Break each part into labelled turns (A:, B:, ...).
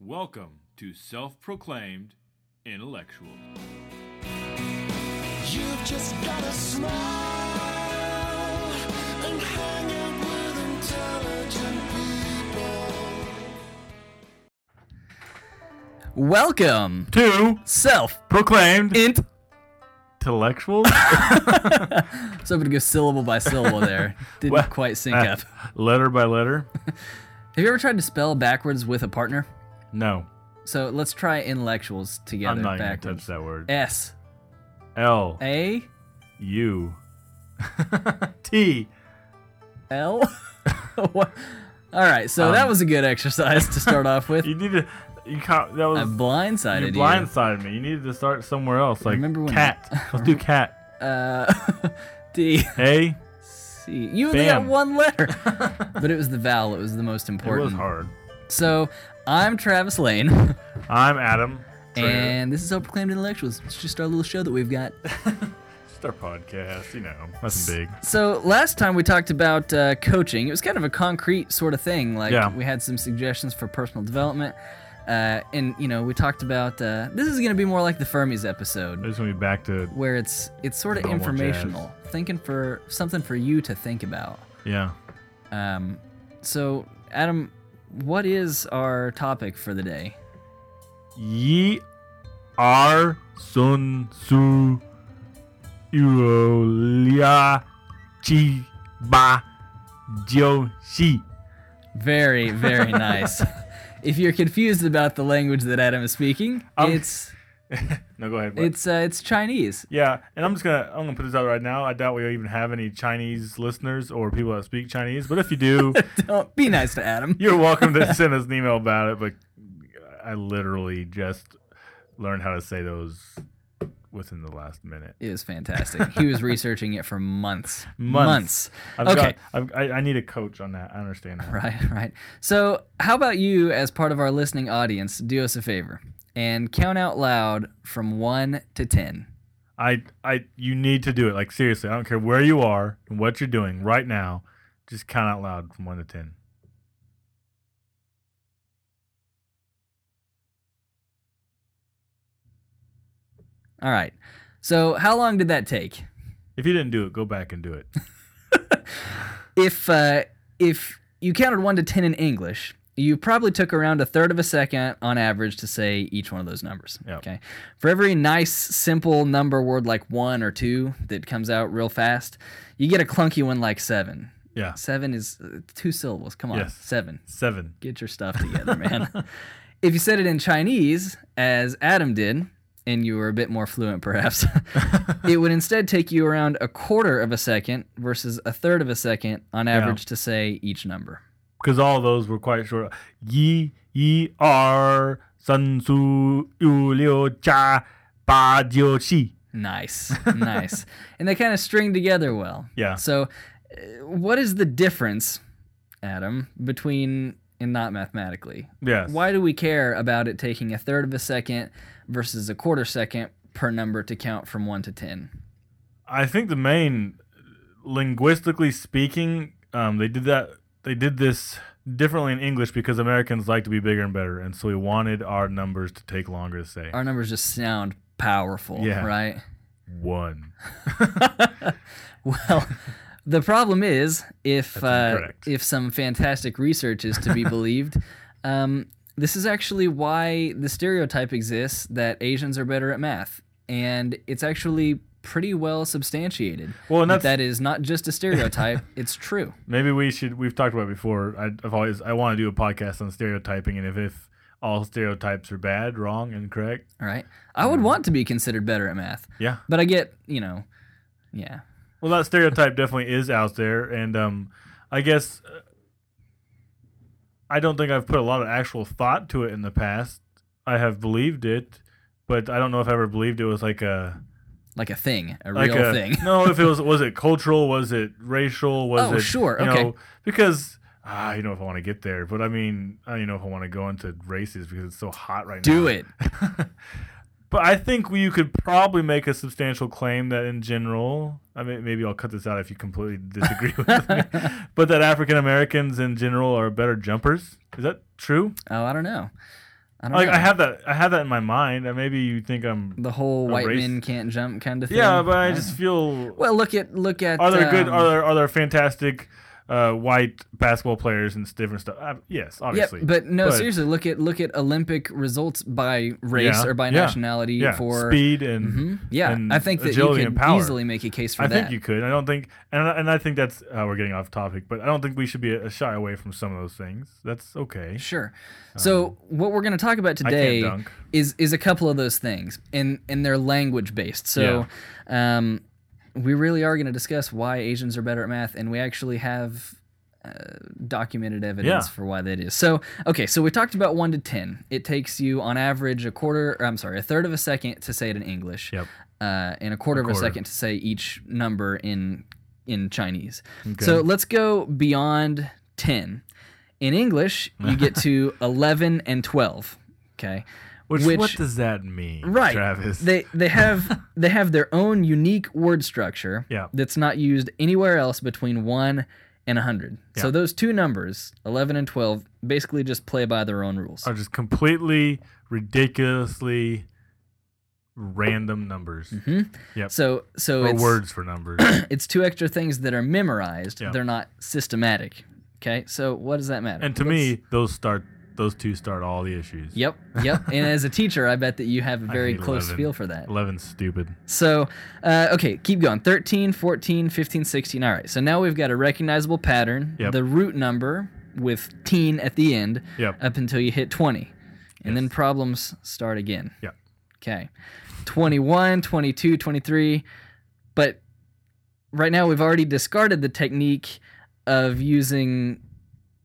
A: Welcome to Self Proclaimed Intellectual.
B: You've just gotta smile and hang out with intelligent people.
C: Welcome
A: Two
C: self
A: proclaimed
C: int.
A: intellectual.
C: So I'm gonna go syllable by syllable there. Didn't
A: Well,
C: quite sync
A: uh,
C: up.
A: letter by letter.
C: Have you ever tried to spell backwards with a partner?
A: No,
C: So let's try intellectuals together
A: I'm not gonna touch
C: backwards. Eh,
A: that word.
C: S
A: L
C: A
A: U T.
C: L. What- All right, so that was a good exercise to start off with.
A: Um, You need to. You can't, that
C: I
A: was you
C: blindsided you.
A: blindsided me. You needed to start somewhere else. Like
C: Remember when-
A: cat. Let's do cat.
C: Uh, D
A: A.
C: C. You only got
A: Bam.
C: one letter, but it was the vowel. It was the most
A: It was
C: important.
A: hard.
C: So I'm Travis Lane.
A: I'm Adam. Trainer.
C: And this is Self-Proclaimed Intellectuals. It's just our little show that we've got.
A: It's our podcast. You know, nothing big.
C: So last time we talked about uh, coaching. It was kind of a concrete sort of thing. Like
A: Yeah.
C: we had some suggestions for personal development, uh, and you know we talked about uh, this is going to be more like the Fermi's
A: I
C: episode,
A: just want to be back to
C: where it's it's sort of
A: Little more jazz.
C: informational, thinking for something for you to think about.
A: yeah.
C: Um, so Adam, what is our topic for the day?
A: Ye are Sun Tzu Uolia Chi Ba Joshi.
C: Very, very nice. If you're confused about the language that Adam is speaking,
A: Um,
C: it's
A: No, go ahead. what?
C: it's uh, it's Chinese.
A: yeah, and I'm just gonna I'm gonna put this out right now. I doubt we even have any Chinese listeners or people that speak Chinese, but if you do,
C: Don't Oh, be nice to Adam.
A: you're welcome to send us an email about it. But I literally just learned how to say those within the last minute.
C: Is fantastic. He was researching it for months.
A: Months. I've
C: okay.
A: got, I've, I, I need a coach on that. I understand that.
C: Right, right. So, how about you, as part of our listening audience, do us a favor and count out loud from one to ten.
A: I, I, you need to do it. Like seriously, I don't care where you are and what you're doing right now. Just count out loud from one to ten.
C: All right. So, how long did that take?
A: If you didn't do it, go back and do it.
C: If uh, if you counted one to ten in English, you probably took around a third of a second on average to say each one of those numbers.
A: Yep.
C: Okay. For every nice, simple number word like one or two that comes out real fast, you get a clunky one like seven.
A: Yeah,
C: Seven is uh, two syllables. Come on,
A: Yes.
C: seven.
A: seven.
C: Get your stuff together, man. if you said it in Chinese, as Adam did, and you were a bit more fluent perhaps, it would instead take you around a quarter of a second versus a third of a second on average to say each number.
A: Because all those were quite short. Yi yi are sun su yu liu cha ba jiu shi.
C: Nice, nice. And they kind of string together well.
A: Yeah.
C: So, uh, what is the difference, Adam, between, and not mathematically,
A: Yes.
C: Why do we care about it taking a third of a second versus a quarter second per number to count from one to ten?
A: I think the main linguistically speaking, um, they did that. They did this differently in English because Americans like to be bigger and better, and so we wanted our numbers to take longer to say.
C: Our numbers just sound powerful,
A: Yeah.
C: right?
A: One.
C: Well, the problem is if uh,
A: incorrect.
C: if some fantastic research is to be believed, um, this is actually why the stereotype exists that Asians are better at math, and it's actually pretty well substantiated.
A: Well, and
C: that
A: that's
C: that is not just a stereotype; it's true.
A: maybe we should. We've talked about it before. I, I've always I want to do a podcast on stereotyping, and if if all stereotypes are bad, wrong, incorrect.
C: All right, I
A: Hmm.
C: would want to be considered better at math.
A: Yeah.
C: But I get, you know, yeah.
A: Well, that stereotype definitely is out there, and um, I guess uh, I don't think I've put a lot of actual thought to it in the past. I have believed it, but I don't know if I ever believed it was like a
C: Like a thing, a
A: like
C: real
A: a
C: thing.
A: no. If it was was it cultural? Was it racial? Was
C: Oh,
A: it
C: sure,
A: You
C: okay.
A: know, because ah, you know if I want to get there, but I mean, I don't know if I want to go into races because it's so hot right now.
C: Do it.
A: But I think you could probably make a substantial claim that in general, I mean, maybe I'll cut this out if you completely disagree with me, but that African Americans in general are better jumpers. Is that true?
C: Oh, I don't know. I don't
A: Like
C: know.
A: I have that I have that in my mind. and Maybe you think I'm
C: the whole
A: a
C: white
A: race-
C: men can't jump kind of thing.
A: Yeah, but I
C: don't
A: just
C: know.
A: feel
C: well look at look at
A: are there good
C: um,
A: are there are there fantastic uh, white basketball players and different stuff? Uh, yes,
C: Yep,
A: obviously.
C: but no,
A: But-
C: seriously, look at look at Olympic results by race
A: Yeah,
C: or by
A: yeah,
C: nationality
A: yeah,
C: for
A: speed and
C: Mhm. Yeah,
A: and
C: I think that you
A: agility
C: could
A: and power.
C: easily make a case for
A: I
C: that.
A: think you could. I don't think, and I- and I think that's uh, we're getting off topic, but I don't think we should be a shy away from some of those things. That's okay. Um,
C: Sure. So what we're going to talk about
A: can't
C: today
A: dunk.
C: is is a couple of those things, and and they're language based. So, um, we really are going to discuss why Asians are better at math, and we actually have uh, documented evidence
A: Yeah.
C: for why that is. So okay, so we talked about one to ten. It takes you on average a quarter, or I'm sorry, a third of a second to say it in English,
A: Yep.
C: uh, and a quarter of a
A: quarter.
C: second to say each number in in Chinese.
A: Okay.
C: So let's go beyond 10. In English, you get to 11 and 12. Okay.
A: Which, what does that mean,
C: right.
A: Travis?
C: They they have they have their own unique word structure
A: Yeah.
C: that's not used anywhere else between 1 and 100. So
A: Yeah.
C: those two numbers, 11 and 12, basically just play by their own rules.
A: are just completely ridiculously random numbers Yep.
C: So so
A: or
C: Mm-hmm. it's
A: words for numbers.
C: it's two extra things that are memorized.
A: Yeah.
C: They're not systematic. Okay? So what does that matter?
A: and to
C: Let's-
A: me, those start those two start all the issues.
C: Yep, yep. and as a teacher, I bet that you have a very
A: hate
C: close
A: 11.
C: feel for that.
A: 11's stupid.
C: So, uh, okay, keep going. 13, 14, 15, 16. All right, so now we've got a recognizable pattern,
A: Yep.
C: the root number with teen at the end
A: Yep.
C: up until you hit 20. And then
A: Yes.
C: problems start again.
A: Yep.
C: Okay. 21, 22, 23. But right now we've already discarded the technique of using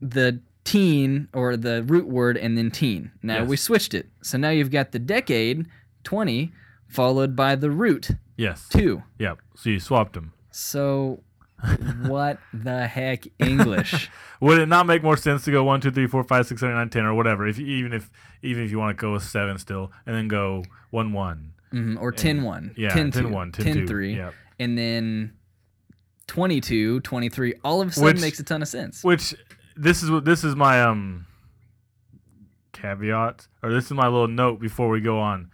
C: the teen or the root word and then teen. Now
A: Yes.
C: we switched it. So now you've got the decade, 20, followed by the root,
A: Yes.
C: 2.
A: Yep. So you swapped them.
C: So what the heck, English?
A: Would it not make more sense to go one, two, three, four, five, six, seven, nine, ten, or whatever? If even if even if you want to go with seven still, and then go one, one,
C: Mhm, or 10 1,
A: yeah,
C: 10
A: 10
C: 2,
A: 1, 10 2,
C: 3,
A: yep.
C: and then 22, 23, all of a sudden
A: Which-
C: makes a ton of sense.
A: which this is what this is my um caveat or this is my little note before we go on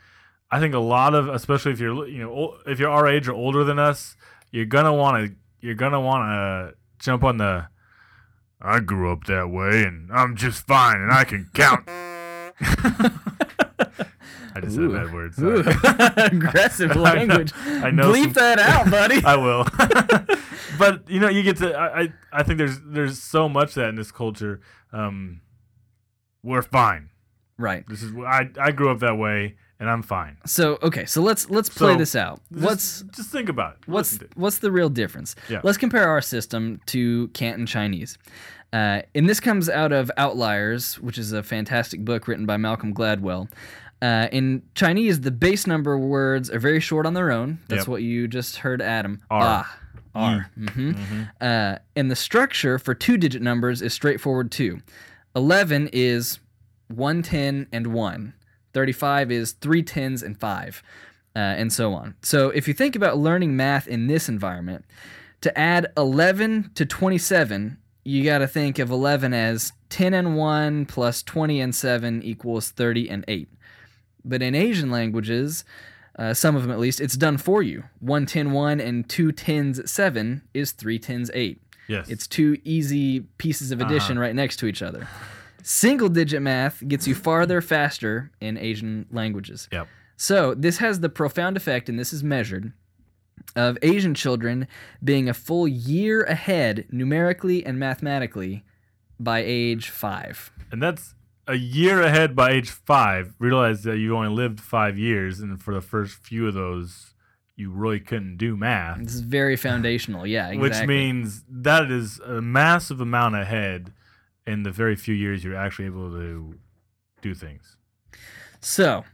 A: i think a lot of especially if you're you know ol- if you're our age or older than us you're gonna want to you're gonna want to jump on the i grew up that way and i'm just fine and i can count i just
C: Ooh.
A: said bad words
C: Ooh,
A: sorry.
C: aggressive
A: I know-
C: language.
A: I know
C: Bleep
A: some-
C: that out, buddy.
A: I will. but you know, you get to. I, I I think there's there's so much that in this culture. Um, we're fine.
C: right.
A: This is I I grew up that way, and I'm fine.
C: So okay, so let's let's play
A: So,
C: this out.
A: Just,
C: What's
A: just think about it.
C: what's
A: Listen to it.
C: what's the real difference?
A: Yeah.
C: Let's compare our system to Canton Chinese. Uh, and this comes out of Outliers, which is a fantastic book written by Malcolm Gladwell. Uh, in Chinese, the base number words are very short on their own. That's
A: Yep.
C: what you just heard, Adam.
A: R. Mm. Mm-hmm.
C: Ah. R. hmm Uh, and the structure for two digit numbers is straightforward too. 11 is 110 and 1. 35 is three tens and 5, uh, and so on. So if you think about learning math in this environment, to add 11 to 27, you got to think of 11 as 10 and 1 plus 20 and 7 equals 30 and 8. But in Asian languages, uh, some of them at least, it's done for you. 110 1 and 2 tens 7 is 3 tens 8.
A: Yes.
C: It's two easy pieces
A: Uh-huh.
C: of addition right next to each other. Single digit math gets you farther faster in Asian languages.
A: yep.
C: So, this has the profound effect, and this is measured, of Asian children being a full year ahead numerically and mathematically by age five.
A: And that's a year ahead by age five. Realize that you only lived five years, and for the first few of those, you really couldn't do math.
C: This is very foundational. Yeah, exactly.
A: Which means that is a massive amount ahead in the very few years you're actually able to do things.
C: So,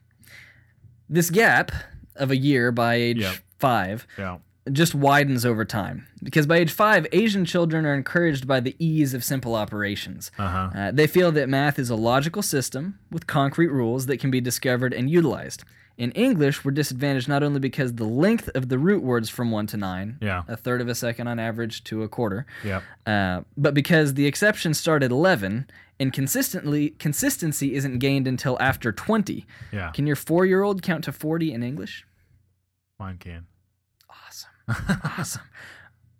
C: this gap of a year by age
A: Yep.
C: five
A: Yeah.
C: just widens over time because by age five, Asian children are encouraged by the ease of simple operations.
A: Uh huh.
C: Uh, they feel that math is a logical system with concrete rules that can be discovered and utilized. In English, we're disadvantaged not only because the length of the root words from one to nine,
A: Yeah.
C: a third of a second on average to a quarter,
A: Yeah.
C: uh, but because the exception start at 11 and consistently consistency isn't gained until after 20.
A: Yeah,
C: Can your 4-year-old count to 40 in English?
A: mine can.
C: Awesome. awesome.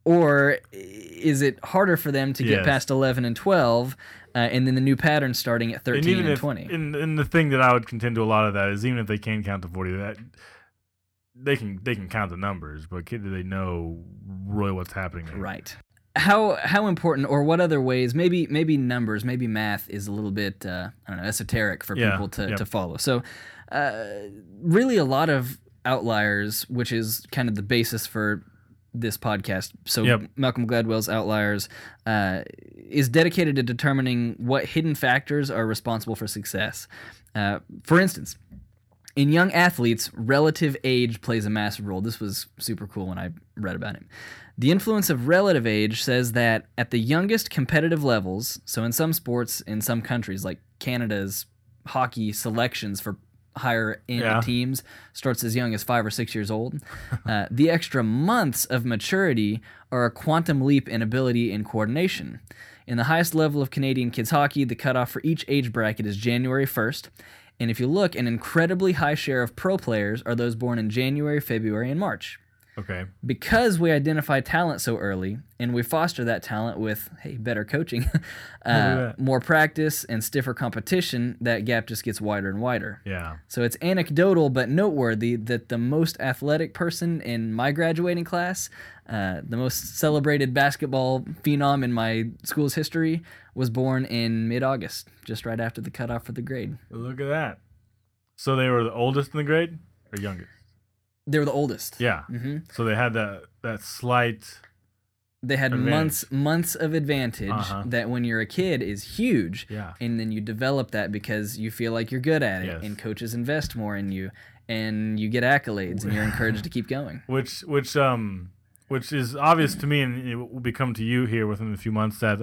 C: Or is it harder for them to get
A: Yes.
C: past 11 and 12 uh, and then the new pattern starting at 13
A: And
C: and,
A: even if
C: 20?
A: and, and the thing that I would contend to a lot of that is even if they can count to forty, that they can they can count the numbers, but can, do they know really what's happening? there?
C: Right. How how important or what other ways maybe maybe numbers maybe math is a little bit uh, I don't know esoteric for
A: Yeah,
C: people to,
A: yep.
C: to follow. So uh, really a lot of outliers, which is kind of the basis for this podcast. So
A: Yep.
C: Malcolm Gladwell's Outliers uh, is dedicated to determining what hidden factors are responsible for success. Uh, for instance, in young athletes, relative age plays a massive role. This was super cool when I read about it. The influence of relative age says that at the youngest competitive levels, so in some sports in some countries like Canada's hockey selections for higher end
A: Yeah.
C: teams starts as young as 5 or 6 years old. Uh, the extra months of maturity are a quantum leap in ability and coordination. In the highest level of Canadian kids hockey, the cutoff for each age bracket is January 1st. And if you look, an incredibly high share of pro players are those born in January, February, and March.
A: Okay.
C: Because we identify talent so early and we foster that talent with, hey, better coaching, uh,
A: that.
C: more practice, and stiffer competition, that gap just gets wider and wider.
A: Yeah.
C: So it's anecdotal but noteworthy that the most athletic person in my graduating class, uh, the most celebrated basketball phenom in my school's history, was born in mid August, just right after the cutoff for the grade.
A: Look at that. So they were the oldest in the grade or youngest?
C: They were the oldest.
A: Yeah.
C: hmm
A: So they had that that slight.
C: They had
A: Advantage.
C: months months of advantage
A: Uh-huh.
C: that when you're a kid is huge.
A: Yeah.
C: And then you develop that because you feel like you're good at it,
A: Yes.
C: and coaches invest more in you, and you get accolades, and you're encouraged to keep going.
A: which which um which is obvious to me and it will become to you here within a few months that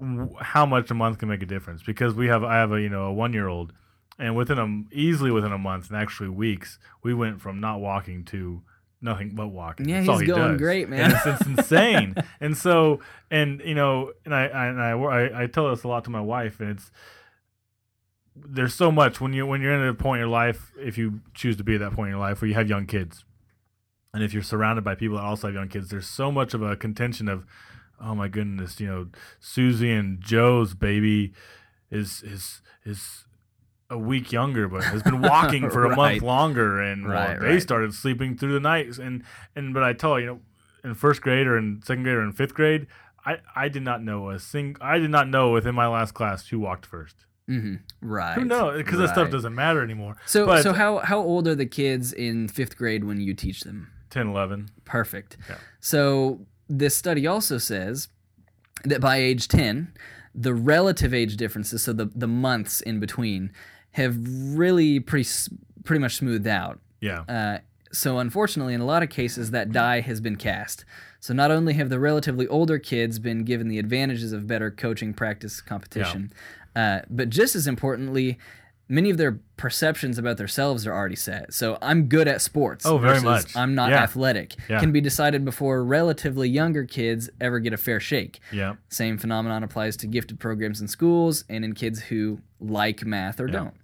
A: w- how much a month can make a difference because we have I have a you know a 1 year old and within a m- easily within a month and actually weeks we went from not walking to nothing but walking
C: Yeah,
A: That's all
C: he's
A: he
C: going
A: does.
C: great, man.
A: And it's, it's insane and so and you know and I, I and I, I I tell this a lot to my wife and it's there's so much when you when you're in a point in your life, if you choose to be at that point in your life where you have young kids, and if you're surrounded by people that also have young kids, there's so much of a contention of, oh my goodness, you know, Susie and Joe's baby is is is a week younger, but has been walking for a
C: Right.
A: month longer, and well,
C: Right,
A: they
C: right.
A: started sleeping through the nights, and and but I tell you, you know, in first grade or in second grade or in fifth grade. I, I did not know a sing I did not know within my last class who walked first.
C: hmm Right.
A: Who knows? Because that stuff
C: right.
A: doesn't matter anymore.
C: So,
A: but
C: so how how old are the kids in fifth grade when you teach them?
A: 10, 11.
C: Perfect.
A: Yeah.
C: So this study also says that by age ten, the relative age differences, so the the months in between, have really pretty s- pretty much smoothed out.
A: Yeah.
C: Uh, so unfortunately, in a lot of cases, that die has been cast. So not only have the relatively older kids been given the advantages of better coaching, practice, competition, uh, but just as importantly, many of their perceptions about themselves are already set. So I'm good at sports.
A: Oh, very
C: versus
A: much.
C: I'm not
A: Yeah.
C: athletic.
A: Yeah.
C: Can be decided before relatively younger kids ever get a fair shake.
A: yeah.
C: Same phenomenon applies to gifted programs in schools and in kids who like math or don't.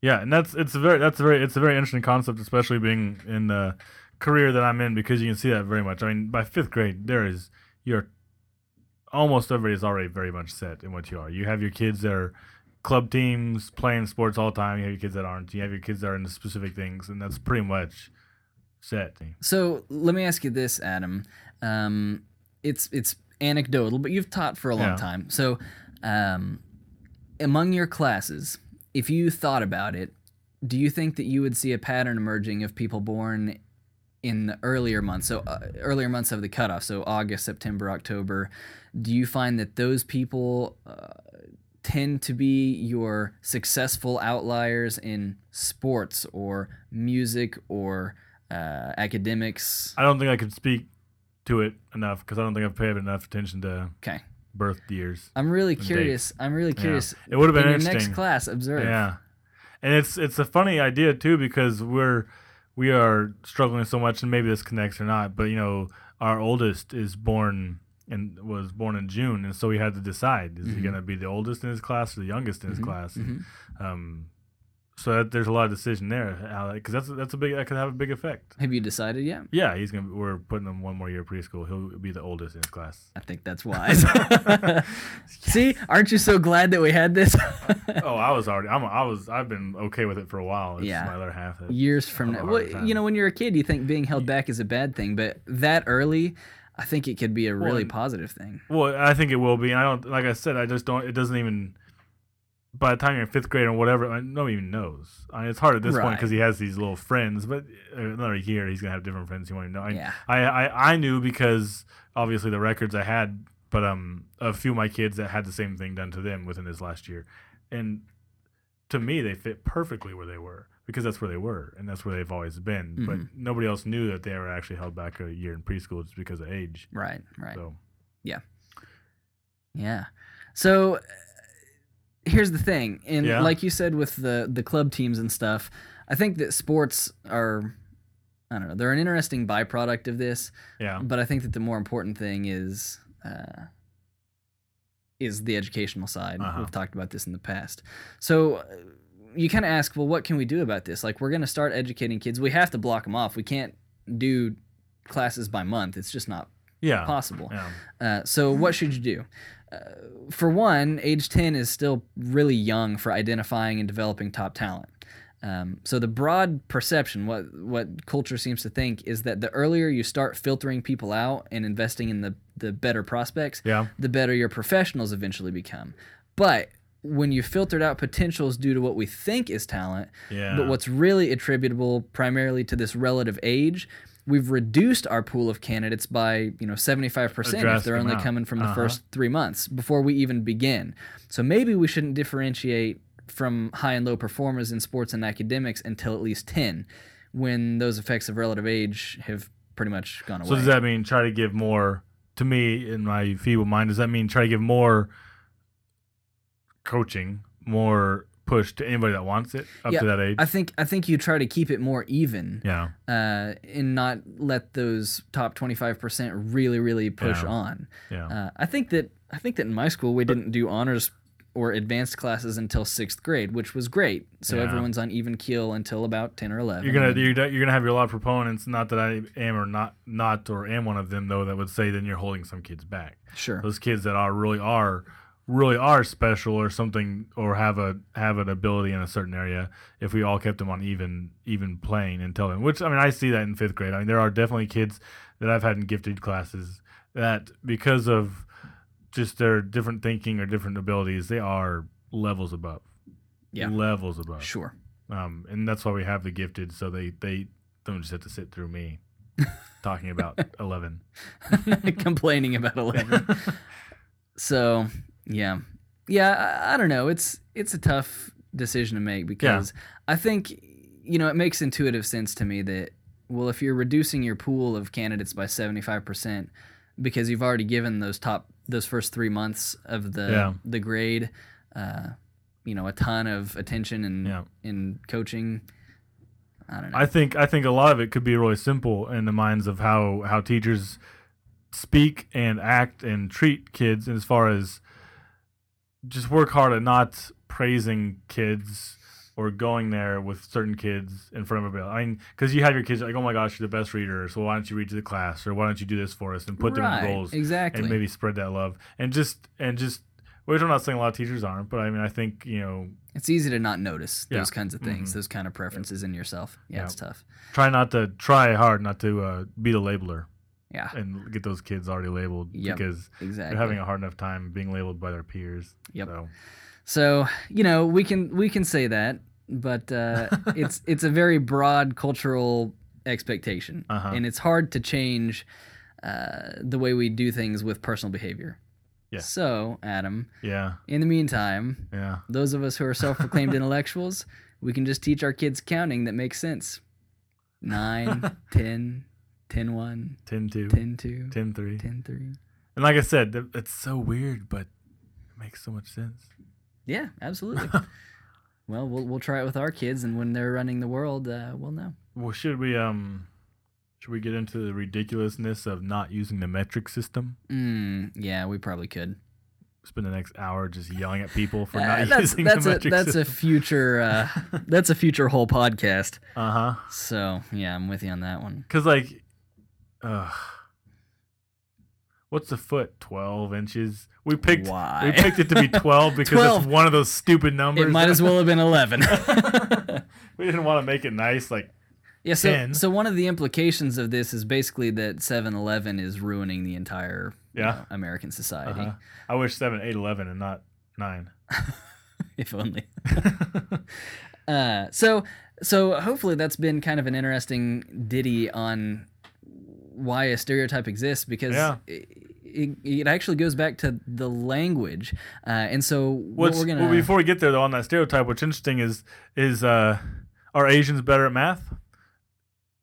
A: Yeah. And that's it's a very that's a very it's a very interesting concept, especially being in the career that I'm in, because you can see that very much. I mean, by fifth grade, there is you're almost everybody is already very much set in what you are. You have your kids that are club teams playing sports all the time. You have your kids that aren't. You have your kids that are into specific things, and that's pretty much set.
C: So let me ask you this, Adam. Um, it's it's anecdotal, but you've taught for a long
A: Yeah.
C: time. So, um, among your classes, if you thought about it, do you think that you would see a pattern emerging of people born in the earlier months? So uh, earlier months of the cutoff, so August, September, October. Do you find that those people uh, tend to be your successful outliers in sports or music or uh, academics?
A: I don't think I could speak to it enough because I don't think I've paid enough attention to
C: Okay.
A: birth years.
C: I'm really
A: Dates.
C: curious. I'm really curious.
A: It would have been
C: in your
A: interesting.
C: next class, observe.
A: Yeah, and it's it's a funny idea too because we're we are struggling so much, and maybe this connects or not. But you know, our oldest is born and was born in June, and so he had to decide: is he going to be the oldest in his class or the youngest in his class? Um, so that, there's a lot of decision there, because that's that's a big that could have a big effect.
C: Have you decided yet?
A: Yeah, he's gonna. We're putting him one more year of preschool. He'll be the oldest in his class.
C: I think that's wise. See, aren't you so glad that we had this?
A: oh, I was already. I'm. I was. I've been okay with it for a while. It's
C: Yeah.
A: my other half. That,
C: Years from
A: Have a hard
C: now, well, you know,
A: time.
C: when you're a kid, you think being held back is a bad thing, but that early, I think it could be a really
A: and-
C: positive thing.
A: Well, I think it will be. And I don't. Like I said, I just don't. It doesn't even. By the time you're in fifth grade or whatever, I no one even knows. I mean, it's hard at this point 'cause point
C: Right.
A: because he has these little friends. But uh, another year, he's gonna have different friends. He won't even know. I,
C: Yeah.
A: I, I I knew because obviously the records I had, but um, a few of my kids that had the same thing done to them within this last year, and to me they fit perfectly where they were because that's where they were and that's where they've always been. But
C: Mhm.
A: nobody else knew that they were actually held back a year in preschool just because of age.
C: Right, right.
A: So
C: Yeah. So uh, here's the thing, and
A: Yeah.
C: like you said with the the club teams and stuff, I think that sports are I don't know, they're an interesting byproduct of this,
A: yeah.
C: but I think that the more important thing is uh, is the educational side.
A: Uh-huh.
C: We've talked about this in the past. So uh, you kind of ask, well, what can we do about this? Like we're going to start educating kids. We have to block them off. We can't do classes by month. It's just not
A: Yeah.
C: possible.
A: Yeah.
C: Uh, so what should you do? Uh, for one, age 10 is still really young for identifying and developing top talent. Um, so the broad perception, what what culture seems to think, is that the earlier you start filtering people out and investing in the the better prospects,
A: Yeah.
C: the better your professionals eventually become. But when you filtered out potentials due to what we think is talent,
A: Yeah.
C: but what's really attributable primarily to this relative age, we've reduced our pool of candidates by, you know, 75% if
A: drastic
C: they're only
A: amount.
C: coming from the
A: Uh-huh.
C: first 3 months before we even begin. So maybe we shouldn't differentiate from high and low performers in sports and academics until at least 10 when those effects of relative age have pretty much gone away.
A: So does that mean try to give more? To me, in my feeble mind, does that mean try to give more coaching, more push to anybody that wants it up
C: Yeah,
A: to that age?
C: I think I think you try to keep it more even.
A: yeah,
C: uh, and not let those top 25% really really push
A: Yeah.
C: on
A: yeah,
C: uh, i think that i think that in my school we didn't do honors or advanced classes until sixth grade which was great so
A: Yeah.
C: everyone's on even keel until about 10 or 11
A: you're gonna you're, you're gonna have your lot of proponents. Not that I am or not not or am one of them though. That would say then you're holding some kids back.
C: sure
A: Those kids that are really are really are special or something or have a have an ability in a certain area if we all kept them on even even playing and telling which I mean I see that in fifth grade. I mean there are definitely kids that I've had in gifted classes that because of just their different thinking or different abilities, they are levels above.
C: Yeah.
A: Levels above.
C: sure
A: Um, and that's why we have the gifted so they, they don't just have to sit through me talking about eleven.
C: complaining about 11 so yeah yeah I, I don't know it's it's a tough decision to make because i think you know it makes intuitive sense to me that well if you're reducing your pool of candidates by 75% because you've already given those top those first three months of the
A: Yeah.
C: the grade uh, you know a ton of attention and
A: Yeah.
C: and coaching i don't know
A: I think I think a lot of it could be really simple in the minds of how how teachers speak and act and treat kids as far as just work hard at not praising kids or going there with certain kids in front of everybody. I mean, because you have your kids like, oh my gosh, you're the best reader, so why don't you read to the class or why don't you do this for us and put them
C: Right,
A: in roles
C: exactly
A: and maybe spread that love and just and just which I'm not saying a lot of teachers aren't, but I mean I think you know
C: It's easy to not notice
A: Yeah.
C: those kinds of things,
A: Mhm.
C: those kind of preferences in yourself. Yeah,
A: Yeah.
C: it's tough.
A: try not to try hard not to uh, be the labeler.
C: Yeah,
A: and get those kids already labeled
C: Yep,
A: because
C: exactly.
A: they're having a hard enough time being labeled by their peers.
C: Yep.
A: So,
C: so you know we can we can say that, but uh, it's it's a very broad cultural expectation,
A: Uh-huh.
C: and it's hard to change uh, the way we do things with personal behavior.
A: Yeah.
C: So Adam,
A: yeah,
C: in the meantime,
A: yeah.
C: those of us who are self-proclaimed intellectuals, we can just teach our kids counting that makes sense. Nine, ten, ten one,
A: 10 2, 10,
C: ten two,
A: 3.
C: ten three.
A: And like I said, th- it's so weird, but it makes so much sense.
C: Yeah, absolutely. well, we'll we'll try it with our kids, and when they're running the world, uh, we'll know.
A: Well, should we um Should we get into the ridiculousness of not using the metric system?
C: Mm, yeah, we probably could.
A: Spend the next hour just yelling at people for
C: Uh,
A: not
C: that's
A: using
C: that's
A: the
C: a
A: metric
C: that's a
A: system.
C: future uh, that's a future whole podcast.
A: uh huh.
C: So yeah, I'm with you on that one.
A: Because like, uh, what's a foot? Twelve inches. We picked.
C: Why?
A: We picked it to be twelve because
C: 12.
A: it's one of those stupid numbers.
C: It might as well have been eleven.
A: we didn't want to make it nice. Like,
C: yeah, so
A: 10.
C: so one of the implications of this is basically that 7-Eleven is ruining the entire you
A: Yeah.
C: know, American society.
A: uh I wish seven, eight, eleven, and not nine.
C: if only. uh, so, so hopefully that's been kind of an interesting ditty on why a stereotype exists because
A: Yeah.
C: it, it, it actually goes back to the language. Uh, and so what
A: What's
C: we're gonna
A: well, before we get there though on that stereotype? What's interesting is is uh, are Asians better at math?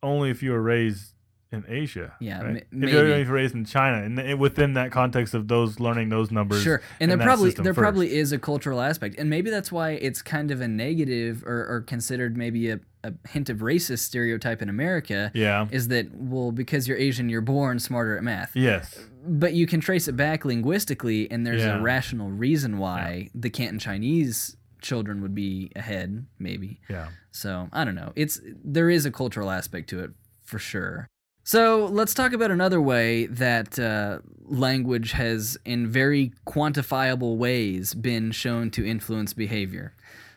A: Only if you were raised in Asia.
C: Yeah,
A: right?
C: ma-
A: if you're
C: maybe.
A: if you're raised in China, and th- within that context of those learning those numbers,
C: Sure,
A: in
C: and there
A: that
C: probably
A: system
C: there
A: first.
C: probably is a cultural aspect, and maybe that's why it's kind of a negative or, or considered maybe a, a hint of racist stereotype in America.
A: yeah,
C: Is that well because you're Asian, you're born smarter at math.
A: yes,
C: but you can trace it back linguistically, and there's
A: Yeah.
C: a rational reason why the Canton Chinese children would be ahead, maybe.
A: yeah.
C: So I don't know. It's there is a cultural aspect to it for sure. So let's talk about another way that uh, language has, in very quantifiable ways, been shown to influence behavior.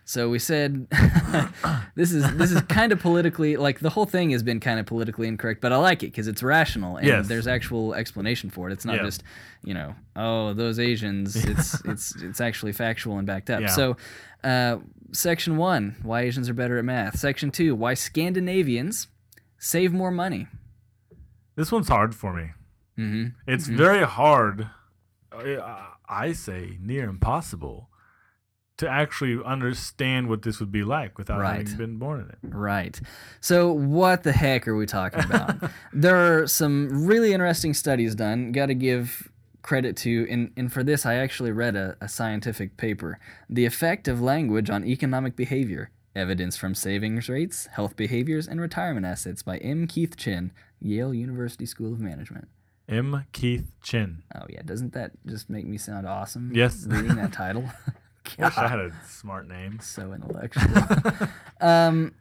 C: So we said this is this is kind of politically like the whole thing has been kind of politically incorrect, but I like it because it's rational and
A: Yes.
C: there's actual explanation for it. It's not
A: Yeah.
C: just you know oh those Asians. It's it's it's actually factual and backed up.
A: Yeah.
C: So uh, section one, why Asians are better at math. Section two, why Scandinavians save more money.
A: This one's hard for me.
C: hmm
A: It's very hard. I I say near impossible to actually understand what this would be like without having
C: Right.
A: been born in it.
C: Right. So, what the heck are we talking about? there are some really interesting studies done. Got to give credit to, and, and for this, I actually read a, a scientific paper The Effect of Language on Economic Behavior Evidence from Savings Rates, Health Behaviors, and Retirement Assets by M. Keith Chin, Yale University School of Management.
A: M. Keith Chin.
C: Oh, yeah. Doesn't that just make me sound awesome?
A: Yes.
C: Reading that title?
A: Wish I had a smart name.
C: so intellectual. um,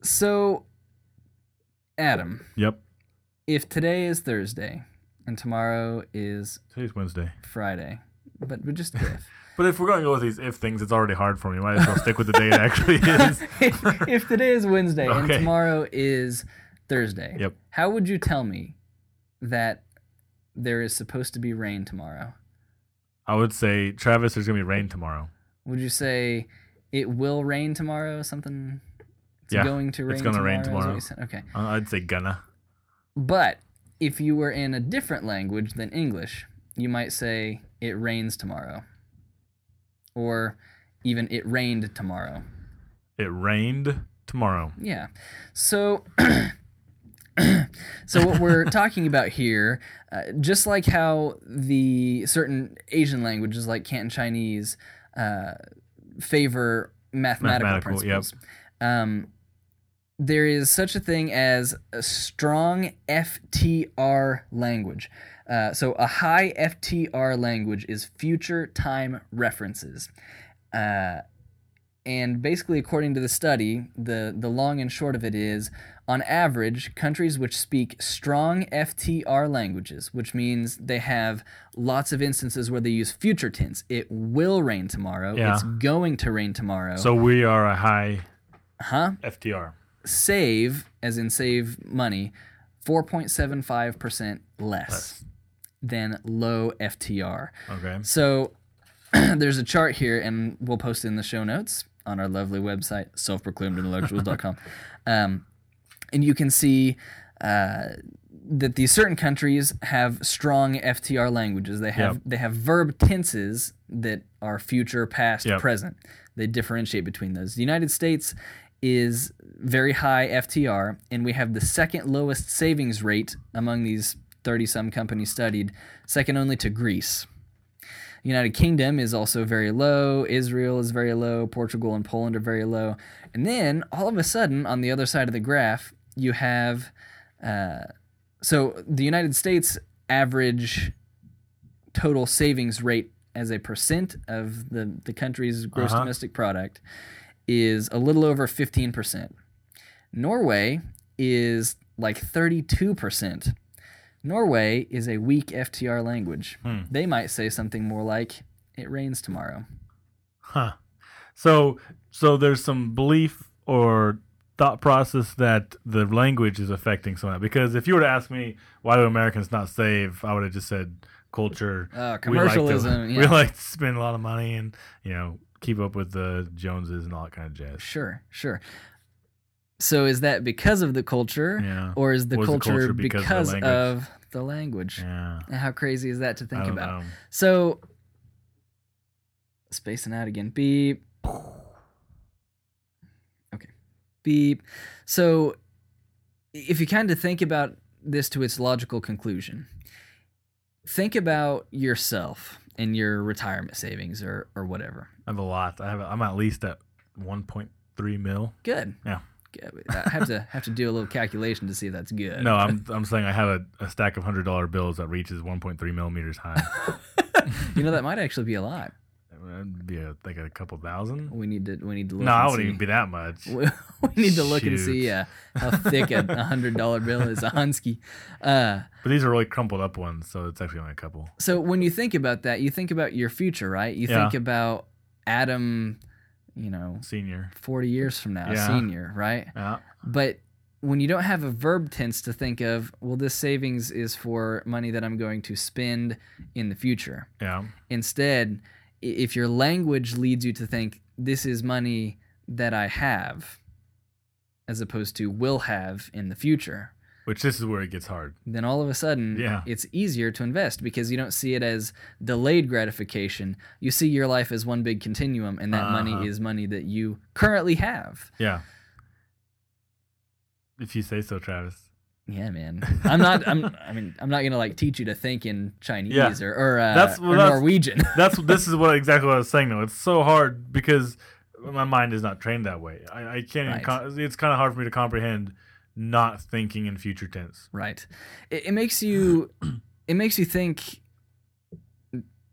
C: so, Adam,
A: Yep.
C: if today is Thursday and tomorrow is
A: Today's Wednesday.
C: Friday, but but just if
A: But if we're going to go with these if things, it's already hard for me. Might as well stick with the day it actually is.
C: if, if today is Wednesday and
A: Okay.
C: tomorrow is Thursday,
A: Yep.
C: how would you tell me that there is supposed to be rain tomorrow?
A: I would say, Travis, there's going to be rain tomorrow.
C: Would you say it will rain tomorrow? Something. It's
A: Yeah,
C: going to rain.
A: it's gonna rain
C: tomorrow.
A: tomorrow.
C: is what you said? Okay.
A: Uh, I'd say gonna.
C: But if you were in a different language than English, you might say, it rains tomorrow. Or even, it rained tomorrow.
A: It rained tomorrow.
C: Yeah. So. so what we're talking about here, uh, just like how the certain Asian languages like Canton Chinese uh, favor mathematical,
A: Mathematical, yep.
C: principles, um, there is such a thing as a strong FTR language. Uh, so a high FTR language is future time references. Uh, and basically, according to the study, the, the long and short of it is on average, countries which speak strong FTR languages, which means they have lots of instances where they use future tense. It will rain tomorrow.
A: Yeah.
C: It's going to rain tomorrow.
A: So we are a high
C: Oh. huh?
A: FTR.
C: save, as in save money, 4.75% less, than low FTR.
A: Okay.
C: So there's a chart here, and we'll post it in the show notes on our lovely website, selfproclaimedintellectuals.com. um, and you can see uh, that these certain countries have strong FTR languages. They have
A: Yep.
C: they have verb tenses that are future, past,
A: Yep.
C: present. They differentiate between those. The United States is very high FTR, and we have the second lowest savings rate among these thirty some companies studied, second only to Greece. United Kingdom is also very low. Israel is very low. Portugal and Poland are very low. And then all of a sudden, on the other side of the graph, you have uh, so the United States average total savings rate as a percent of the, the country's gross
A: Uh-huh.
C: domestic product is a little over 15%. Norway is like 32%. Norway is a weak FTR language.
A: Hmm.
C: They might say something more like, it rains tomorrow.
A: Huh. So so there's some belief or thought process that the language is affecting somehow. Because if you were to ask me why do Americans not save, I would have just said culture.
C: Uh,
A: We like to-
C: commercialism,
A: We
C: yeah.
A: like to spend a lot of money and you know keep up with the Joneses and all that kind of jazz.
C: Sure, sure. So is that because of the culture,
A: Yeah.
C: or is the,
A: Or is
C: culture, because,
A: the
C: of,
A: language?
C: the language?
A: Yeah.
C: And How crazy is that to
A: I
C: think
A: don't
C: about?
A: know.
C: So, spacing out again. Beep. Okay. Beep. So, if you kind of think about this to its logical conclusion, think about yourself and your retirement savings or, or whatever.
A: I have a lot. I have. A, I'm at least at 1.3 mil.
C: Good.
A: Yeah.
C: Good. I have to have to do a little calculation to see if that's good.
A: No, I'm. I'm saying I have a, a stack of hundred dollar bills that reaches 1.3 millimeters high.
C: You know that might actually be a lot.
A: That'd be a, like a couple thousand.
C: We need to we need to look.
A: No,
C: and
A: I wouldn't
C: see.
A: even be that much.
C: we we need to look and
A: Shoot.
C: see uh, how thick a a hundred dollar bill is a Hunsky. Uh,
A: But these are really crumpled up ones, so it's actually only a couple.
C: so when you think about that, you think about your future, right? You
A: Yeah.
C: think about Adam, you know,
A: Senior.
C: forty years from now,
A: Yeah.
C: senior, right?
A: Yeah.
C: But when you don't have a verb tense to think of, well, this savings is for money that I'm going to spend in the future.
A: Yeah.
C: Instead, i- if your language leads you to think this is money that I have, as opposed to will have in the future,
A: Which this is where it gets hard.
C: then all of a sudden
A: Yeah.
C: it's easier to invest because you don't see it as delayed gratification. You see your life as one big continuum, and that
A: Uh-huh.
C: money is money that you currently have.
A: Yeah. If you say so, Travis.
C: Yeah, man. I'm not. I'm. I mean, I'm not gonna like teach you to think in Chinese
A: Yeah.
C: or or, uh,
A: That's- well,
C: or
A: that's-
C: Norwegian.
A: That's this is what exactly what I was saying though. It's so hard because my mind is not trained that way. I, I can't. Even
C: Right.
A: con- it's kind of hard for me to comprehend not thinking in future tense.
C: Right. It, it makes you it makes you think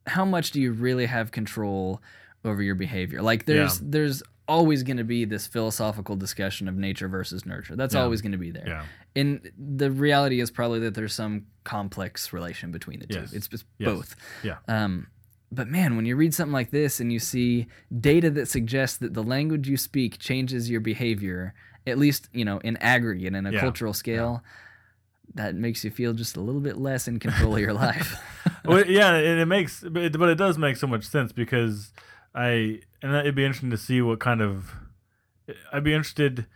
C: how much do you really have control over your behavior? Like there's there's always going to be this philosophical discussion of nature versus nurture. That's
A: Yeah.
C: always going to be there.
A: Yeah.
C: And the reality is probably that there's some complex relation between the two.
A: Yes.
C: It's, it's
A: Yes.
C: both.
A: Yeah.
C: Um, but man, when you read something like this and you see data that suggests that the language you speak changes your behavior, at least you know in aggregate and a
A: Yeah.
C: cultural scale, that makes you feel just a little bit less in control of your life.
A: well, yeah, and it makes, but it, but it does make so much sense because I and it'd be interesting to see what kind of. I'd be interested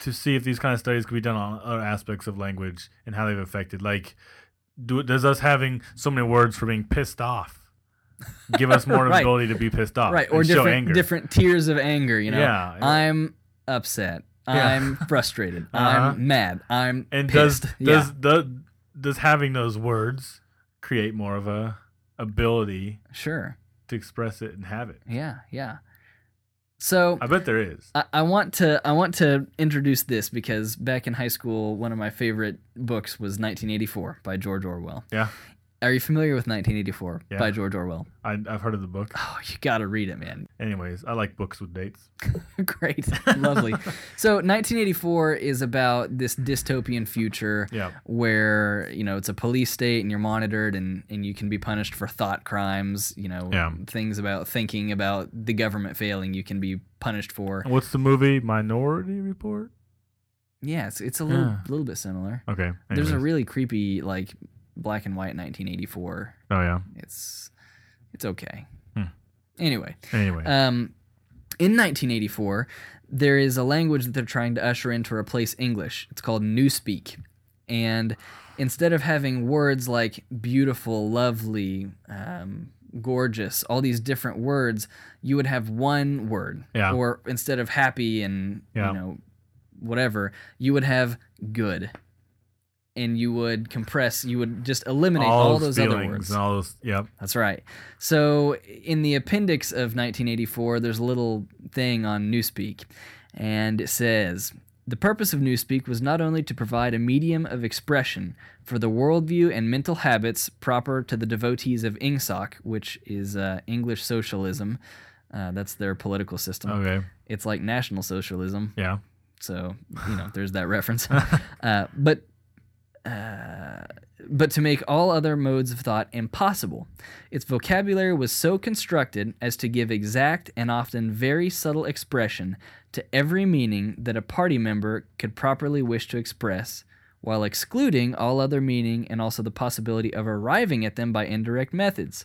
A: to see if these kind of studies could be done on other aspects of language and how they've affected. Like, do does us having so many words for being pissed off give us more
C: Right.
A: ability to be pissed off,
C: right, or
A: Ah, and show
C: different
A: anger?
C: different tiers of anger. You know,
A: Yeah.
C: I'm upset.
A: Yeah.
C: I'm frustrated.
A: Uh-huh.
C: I'm mad. I'm
A: and does
C: pissed.
A: does
C: yeah.
A: the does having those words create more of a ability
C: sure.
A: to express it and have it?
C: Yeah, yeah. So
A: I bet there is.
C: I, I want to I want to introduce this because back in high school, one of my favorite books was 1984 by George Orwell.
A: Yeah,
C: Are you familiar with 1984
A: Yeah.
C: by George Orwell?
A: I, I've heard of the book.
C: Oh, you gotta read it, man.
A: Anyways, I like books with dates.
C: Great, lovely. So 1984 is about this dystopian future
A: Yeah.
C: where you know it's a police state and you're monitored and and you can be punished for thought crimes. You know
A: Yeah.
C: things about thinking about the government failing you can be punished for.
A: And what's the movie Minority Report?
C: Yeah, it's, it's a little
A: Yeah.
C: little bit similar.
A: Okay.
C: There's a
A: anyways.
C: really creepy like black and white 1984.
A: oh yeah.
C: It's it's okay.
A: Hmm.
C: Anyway,
A: Anyway.
C: um, in 1984, there is a language that they're trying to usher in to replace English. It's called Newspeak, and instead of having words like beautiful, lovely, um, gorgeous, all these different words, you would have one word.
A: Yeah.
C: Or instead of happy and
A: Yeah.
C: you know whatever, you would have good. And you would compress, you would just eliminate all, those other
A: feelings
C: words.
A: And all those. Yep.
C: That's right. So in the appendix of 1984, there's a little thing on Newspeak, and it says The purpose of Newspeak was not only to provide a medium of expression for the worldview and mental habits proper to the devotees of INGSOC, which is uh, English socialism. Uh, that's their political system.
A: Okay.
C: It's like national socialism,
A: Yeah.
C: so you know, there's that reference. Uh, but uh, but to make all other modes of thought impossible, its vocabulary was so constructed as to give exact and often very subtle expression to every meaning that a party member could properly wish to express, while excluding all other meaning and also the possibility of arriving at them by indirect methods.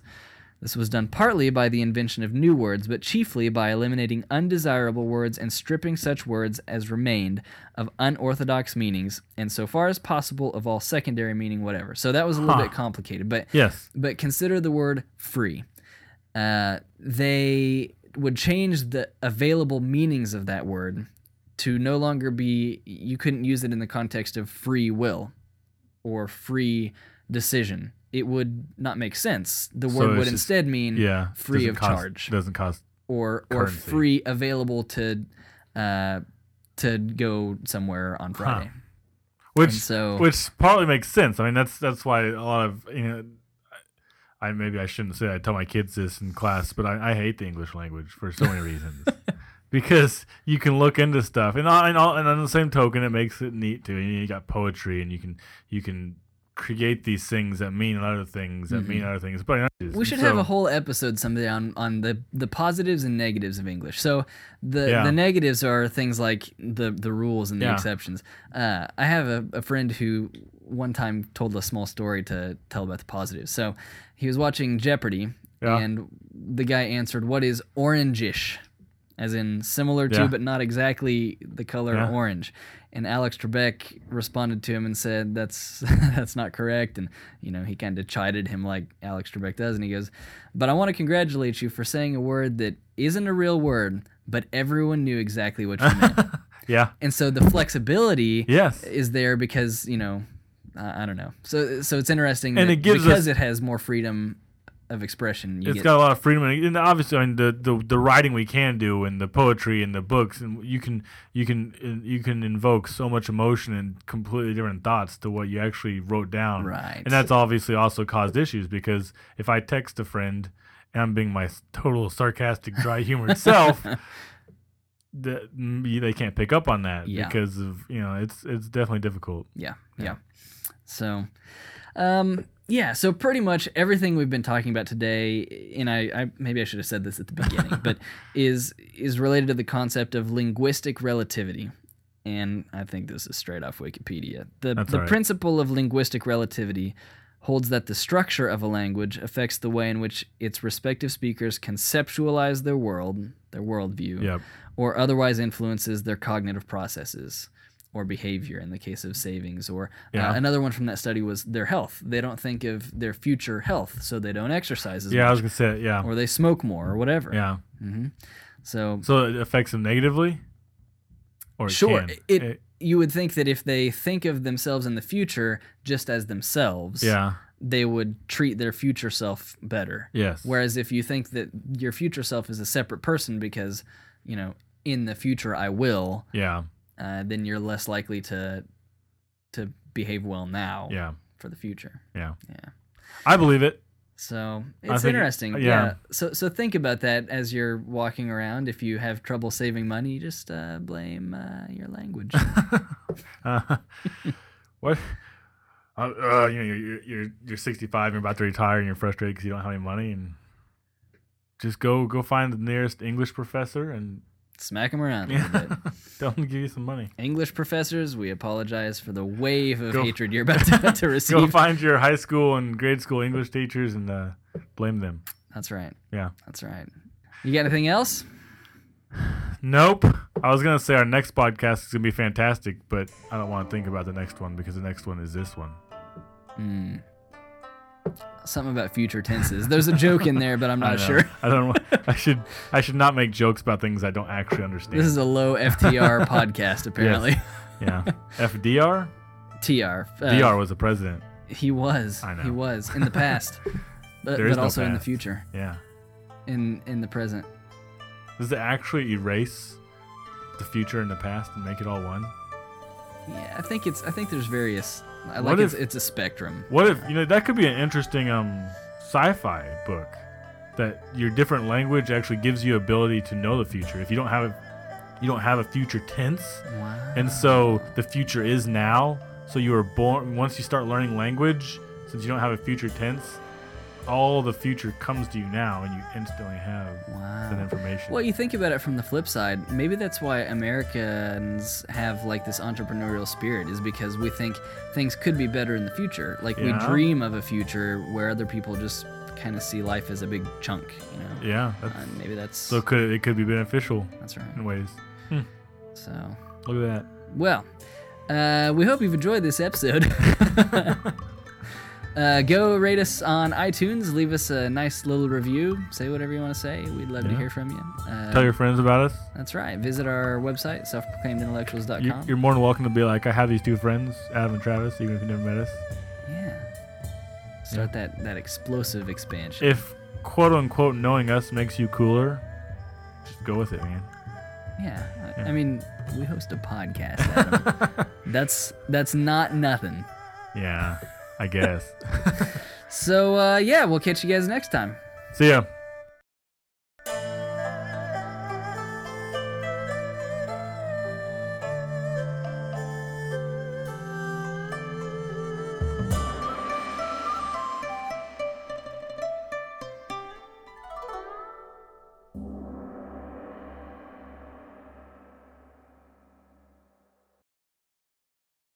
C: This was done partly by the invention of new words, but chiefly by eliminating undesirable words and stripping such words as remained of unorthodox meanings, and so far as possible of all secondary meaning, whatever. So that was a little
A: Huh.
C: bit complicated, but
A: Yes.
C: but consider the word free. Uh, they would change the available meanings of that word to no longer be, you couldn't use it in the context of free will or free decision. It would not make sense. The
A: So
C: word
A: it's
C: would
A: just-
C: instead mean
A: Yeah.
C: free
A: Doesn't
C: of
A: cost-
C: charge.
A: Doesn't cost.
C: or, or
A: currency.
C: free available to, uh, to go somewhere on Friday.
A: Which
C: And so-
A: which partly makes sense. I mean, that's that's why a lot of you know. I maybe I shouldn't say I tell my kids this in class, but I, I hate the English language for so many reasons. because you can look into stuff, and all, and, all, and on the same token, it makes it neat too. You, know, you got poetry, and you can you can create these things that mean other things that mean other things. But
C: Mm-hmm. We should have a whole episode someday on, on the, the positives and negatives of English. So the
A: Yeah.
C: the negatives are things like the the rules and the
A: Yeah.
C: exceptions. Uh, I have a, a friend who one time told a small story to tell about the positives. So he was watching Jeopardy
A: Yeah.
C: and the guy answered, "What is orangish?" As in similar to,
A: Yeah.
C: but not exactly the color
A: Yeah.
C: orange. And Alex Trebek responded to him and said, "That's that's not correct." And you know he kind of chided him like Alex Trebek does, and he goes, "But I want to congratulate you for saying a word that isn't a real word, but everyone knew exactly what you meant."
A: yeah,
C: and so the flexibility
A: yes,
C: is there because you know I, I don't know. So so it's interesting
A: And
C: that
A: it gives us-
C: because it has more freedom of expression. You
A: It's
C: get,
A: got a lot of freedom, and and obviously, I mean, the, the the writing we can do, and the poetry, and the books, and you can you can you can invoke so much emotion and completely different thoughts to what you actually wrote down.
C: Right.
A: and that's obviously also caused issues because if I text a friend and I'm being my s- total sarcastic, dry humored self, that mm, they can't pick up on that
C: Yeah.
A: because of you know it's it's definitely difficult.
C: yeah, yeah. So, um, yeah. So pretty much everything we've been talking about today, and I, I maybe I should have said this at the beginning, but is is related to the concept of linguistic relativity. And I think this is straight off Wikipedia. The
A: That's
C: the
A: all right.
C: principle of linguistic relativity holds that the structure of a language affects the way in which its respective speakers conceptualize their world, their worldview,
A: Yep.
C: or otherwise influences their cognitive processes or behavior in the case of savings or uh,
A: Yeah.
C: another one from that study was their health they don't think of their future health so they don't exercise as
A: Yeah, I was
C: much
A: gonna say yeah,
C: or they smoke more or whatever Mm-hmm.
A: yeah.
C: so
A: So it affects them negatively. Or it
C: sure
A: can?
C: it, you would think that if they think of themselves in the future just as themselves
A: yeah.
C: they would treat their future self better
A: Yes.
C: Whereas if you think that your future self is a separate person because, you know, in the future I will,
A: yeah,
C: uh, then you're less likely to to behave well now
A: yeah,
C: for the future.
A: yeah.
C: Yeah.
A: I believe it.
C: So
A: I
C: it's
A: think- uh,
C: interesting.
A: yeah.
C: yeah. So so think about that as you're walking around. If you have trouble saving money, just uh, blame uh, your language.
A: Uh, what? Uh, uh, you know, you're- you're you're you're 65 and you're about to retire and you're frustrated because you don't have any money and just go go find the nearest English professor and
C: Smack them around a
A: yeah,
C: little bit.
A: tell them to give you some money.
C: English professors, we apologize for the wave of
A: Go-
C: hatred you're about to, to
A: Go
C: receive.
A: find your high school and grade school English teachers and uh, blame them.
C: That's right.
A: Yeah.
C: That's right. You got anything else?
A: Nope. I was gonna say our next podcast is gonna be fantastic, but I don't want to think about the next one because the next one is this one.
C: Mm. Something about future tenses. There's a joke in there, but I'm
A: I
C: not
A: know.
C: sure.
A: I don't. wa- I should. I should not make jokes about things I don't actually understand.
C: This is a low FTR podcast, apparently.
A: yeah. FDR.
C: TR. Uh,
A: DR was the president.
C: He was.
A: I know.
C: He was in the past, but,
A: There is
C: but
A: no
C: also in the
A: past.
C: future,
A: Yeah.
C: in in the present.
A: Does it actually erase the future and the past and make it all one?
C: Yeah, I think it's. I think there's various. I
A: What
C: like it's,
A: if-
C: it's a spectrum.
A: What if you know that could be an interesting um sci-fi book that your different language actually gives you ability to know the future. If you don't have you don't have a future tense,
C: Wow.
A: and so the future is now. So you were born once you start learning language, since you don't have a future tense, all the future comes to you now, and you instantly have
C: Wow.
A: that information.
C: Well, you think about it from the flip side. Maybe that's why Americans have like this entrepreneurial spirit, is because we think things could be better in the future. Like
A: Yeah.
C: we dream of a future where other people just kind of see life as a big chunk, you know.
A: yeah, that's,
C: And maybe that's
A: so could it could be beneficial
C: that's
A: in
C: right.
A: ways.
C: So,
A: Look at that.
C: well, uh, we hope you've enjoyed this episode. Uh, go rate us on iTunes. Leave us a nice little review. Say whatever you want to say. We'd love to
A: Yeah.
C: hear from you. Uh,
A: Tell your friends about us.
C: That's right. Visit our website, selfproclaimedintellectuals.com.
A: You, you're more than welcome to be like, I have these two friends, Adam and Travis, even if you never met us.
C: yeah. Start that, that explosive expansion.
A: If quote unquote knowing us makes you cooler, just go with it, man.
C: yeah. I-
A: Yeah.
C: I mean, we host a podcast, Adam. that's, that's not nothing.
A: Yeah, I guess.
C: So, uh, yeah, we'll catch you guys next time.
A: See ya.